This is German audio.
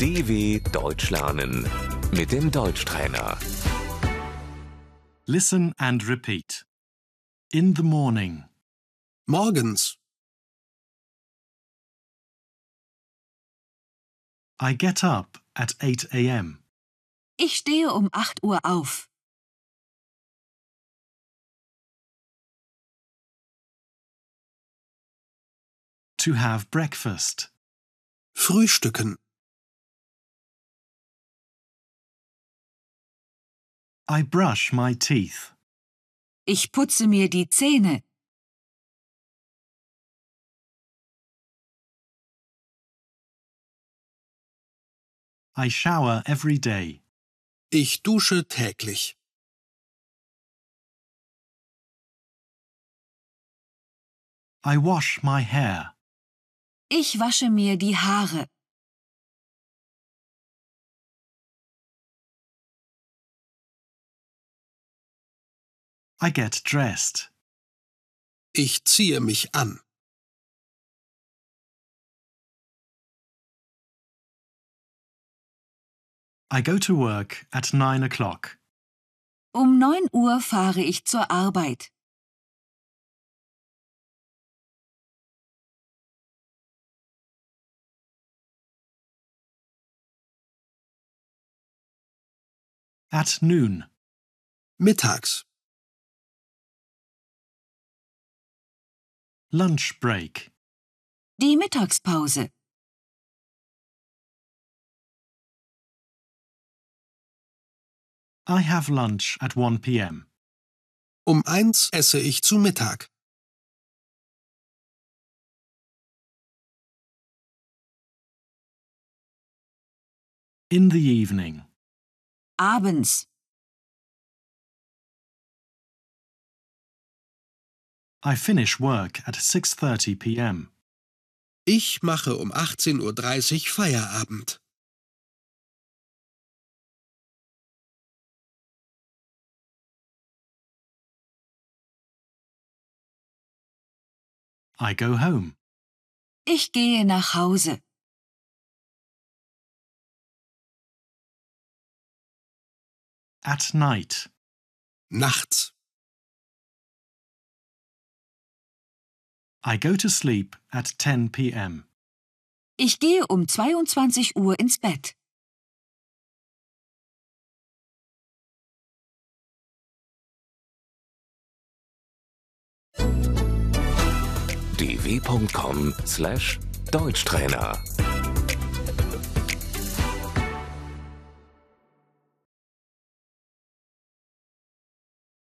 DW Deutsch lernen mit dem Deutschtrainer. Listen and repeat. In the morning, Morgens. I get up at 8 a.m. Ich stehe um 8 Uhr auf. to have breakfast. Frühstücken. I brush my teeth. Ich putze mir die Zähne. I shower every day. Ich dusche täglich. I wash my hair. Ich wasche mir die Haare. I get dressed. Ich ziehe mich an. I go to work at 9 o'clock. Um 9 Uhr fahre ich zur Arbeit. At noon, Mittags. lunch break. Die Mittagspause. I have lunch at 1 p.m. Um eins esse ich zu Mittag. In the evening, Abends. I finish work at 6:30 p.m. Ich mache um 18.30 Uhr Feierabend. I go home. Ich gehe nach Hause. At night, Nachts. I go to sleep at 10 p.m. Ich gehe um 22 Uhr ins Bett. dw.com/deutschtrainer